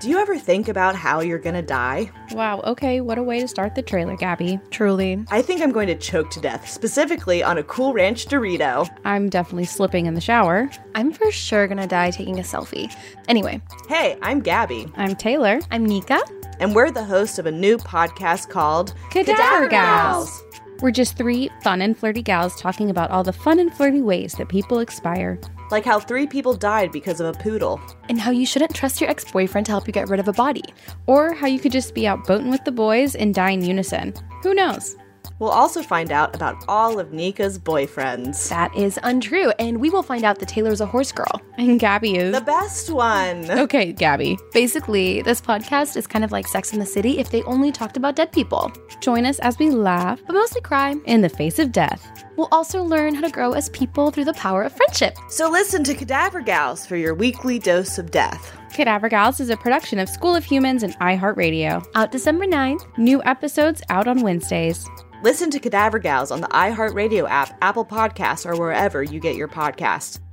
Do you ever think about how you're gonna die? Wow, okay, what a way to start the trailer, Gabby. Truly. I think I'm going to choke to death, specifically on a Cool Ranch Dorito. I'm definitely slipping in the shower. I'm for sure gonna die taking a selfie. Anyway, Hey, I'm Gabby, I'm Taylor. I'm Nika. and we're the host of a new podcast called Cadaver Gals. We're just three fun and flirty gals talking about all the fun and flirty ways that people expire. Like how three people died because of a poodle. And how you shouldn't trust your ex boyfriend to help you get rid of a body. Or how you could just be out boating with the boys and die in unison. Who knows? We'll also find out about all of Nika's boyfriends. That is untrue, and we will find out that Taylor's a horse girl. And Gabby is. The best one! okay, Gabby. Basically, this podcast is kind of like Sex in the City if they only talked about dead people, Join us as we laugh but mostly cry. in the face of death. We'll also learn how to grow as people through the power of friendship. So listen to Cadaver Gals for your weekly dose of death. Cadaver Gals is a production of School of Humans and iHeartRadio. Out December 9th, New episodes out on Wednesdays. Listen to Cadaver Gals on the iHeartRadio app, Apple Podcasts, or wherever you get your podcasts.